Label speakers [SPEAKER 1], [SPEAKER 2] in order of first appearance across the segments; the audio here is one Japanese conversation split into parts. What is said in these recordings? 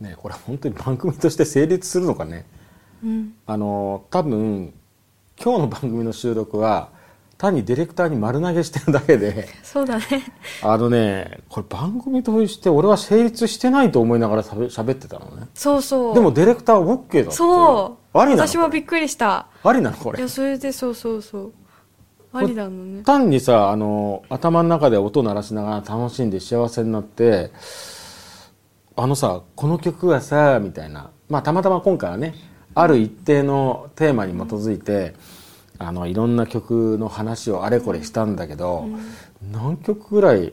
[SPEAKER 1] ね、これは本当に番組として成立するのかね。
[SPEAKER 2] うん
[SPEAKER 1] あの、多分、今日の番組の収録は、単にディレクターに丸投げしてるだけで、
[SPEAKER 2] そうだね
[SPEAKER 1] あのね、これ番組として俺は成立してないと思いながらしゃべ喋ってたのね。
[SPEAKER 2] そうそう
[SPEAKER 1] でもディレクターは OK だ
[SPEAKER 2] そう
[SPEAKER 1] ありなの
[SPEAKER 2] 私もびっくりした
[SPEAKER 1] ありなのこ
[SPEAKER 2] い
[SPEAKER 1] れ
[SPEAKER 2] や。それでそうそうそうありなのね
[SPEAKER 1] 単にさ、あの、頭の中で音鳴らしながら楽しんで幸せになって、あのさ、この曲はさ、みたいな。まあ、たまたま今回はね、ある一定のテーマに基づいて、あの、いろんな曲の話をあれこれしたんだけど、何曲ぐらい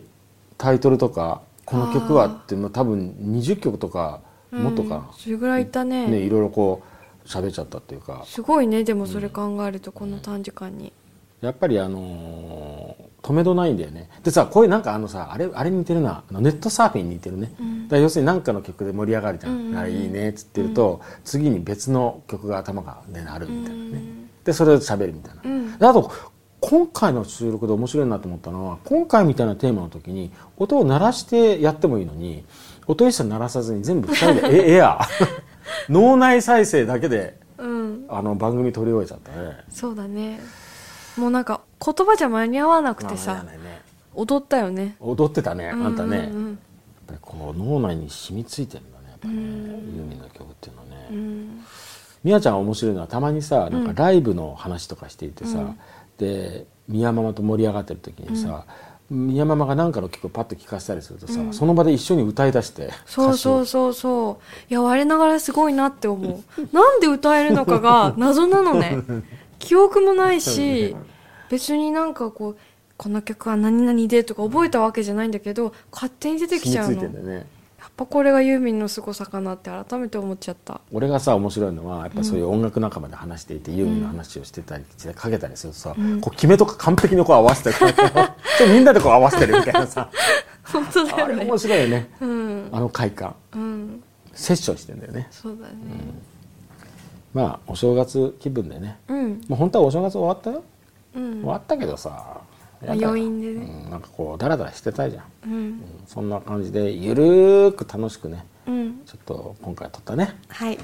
[SPEAKER 1] タイトルとか、この曲はって、もう多分20曲とか、もっと
[SPEAKER 2] うん
[SPEAKER 1] か、
[SPEAKER 2] それぐらいいたね
[SPEAKER 1] ね、いろいろこう、喋っちゃったっていうか。
[SPEAKER 2] すごいねでもそれ考えるとこの短時間に、
[SPEAKER 1] やっぱりあのー止めどないんだよね。でさ、こういうなんかあのさ、あれ、あれに似てるな。あのネットサーフィンに似てるね。だから要するに何かの曲で盛り上がるじゃん。
[SPEAKER 2] うんうんうん
[SPEAKER 1] あいいねっつってると、次に別の曲が頭がね、なるみたいなね。で、それを喋るみたいな。
[SPEAKER 2] うん
[SPEAKER 1] であと、今回の収録で面白いなと思ったのは、今回みたいなテーマの時に、音を鳴らしてやってもいいのに、音一切鳴らさずに全部二人 でエエアー。脳内再生だけで、
[SPEAKER 2] うん、
[SPEAKER 1] あの、番組取り終えちゃったね。
[SPEAKER 2] そうだねもうなんか言葉じゃ間に合わなくて
[SPEAKER 1] まあ
[SPEAKER 2] さ
[SPEAKER 1] まあやだね
[SPEAKER 2] 踊ったよね
[SPEAKER 1] 踊ってたねあんたね、
[SPEAKER 2] う
[SPEAKER 1] やっ
[SPEAKER 2] ん
[SPEAKER 1] ぱりこの脳内に染みついてるんだねやっぱね、ユーミンの曲っていうのはね、
[SPEAKER 2] うんうん
[SPEAKER 1] みやちゃん面白いのはたまにさなんかライブの話とかしていてさ、
[SPEAKER 2] うん
[SPEAKER 1] でみやママと盛り上がってる時にさ、みやママが何かの曲をパッと聴かせたりするとさ、
[SPEAKER 2] うん
[SPEAKER 1] その場で一緒に歌い出して
[SPEAKER 2] そうそうそうそういや我ながらすごいなって思う なんで歌えるのかが謎なの ね記憶もないし別になんかこうこの曲は何々でとか覚えたわけじゃないんだけど勝手に出て
[SPEAKER 1] 歌詞
[SPEAKER 2] き
[SPEAKER 1] を染
[SPEAKER 2] ちゃ
[SPEAKER 1] みつ
[SPEAKER 2] う
[SPEAKER 1] いて
[SPEAKER 2] の
[SPEAKER 1] んだよね
[SPEAKER 2] やっぱこれがユーミンの凄さかなって改めて思っちゃった
[SPEAKER 1] 俺がさ面白いのはやっぱそういう音楽仲間で話していて、ユーミンの話をしてたりしてかけたりするとさ、こう決めとか完璧にこう合わせてこう ちょみんなでこう合わせてるみたいなさ
[SPEAKER 2] 本当だ
[SPEAKER 1] あ
[SPEAKER 2] よ
[SPEAKER 1] れ
[SPEAKER 2] ね
[SPEAKER 1] 面白いよね
[SPEAKER 2] うん
[SPEAKER 1] あの快感
[SPEAKER 2] うん
[SPEAKER 1] セッションしてんだよね
[SPEAKER 2] そうだね
[SPEAKER 1] まあお正月気分でね
[SPEAKER 2] うん
[SPEAKER 1] もう本当はお正月終わったよ、
[SPEAKER 2] うん
[SPEAKER 1] 終わったけどさ
[SPEAKER 2] まあ
[SPEAKER 1] やだ
[SPEAKER 2] 余韻でね
[SPEAKER 1] うん、なんかこうダラダラしてたいじゃん、
[SPEAKER 2] うん
[SPEAKER 1] そんな感じでゆるーく楽しくね
[SPEAKER 2] うん
[SPEAKER 1] ちょっと今回撮ったね
[SPEAKER 2] はい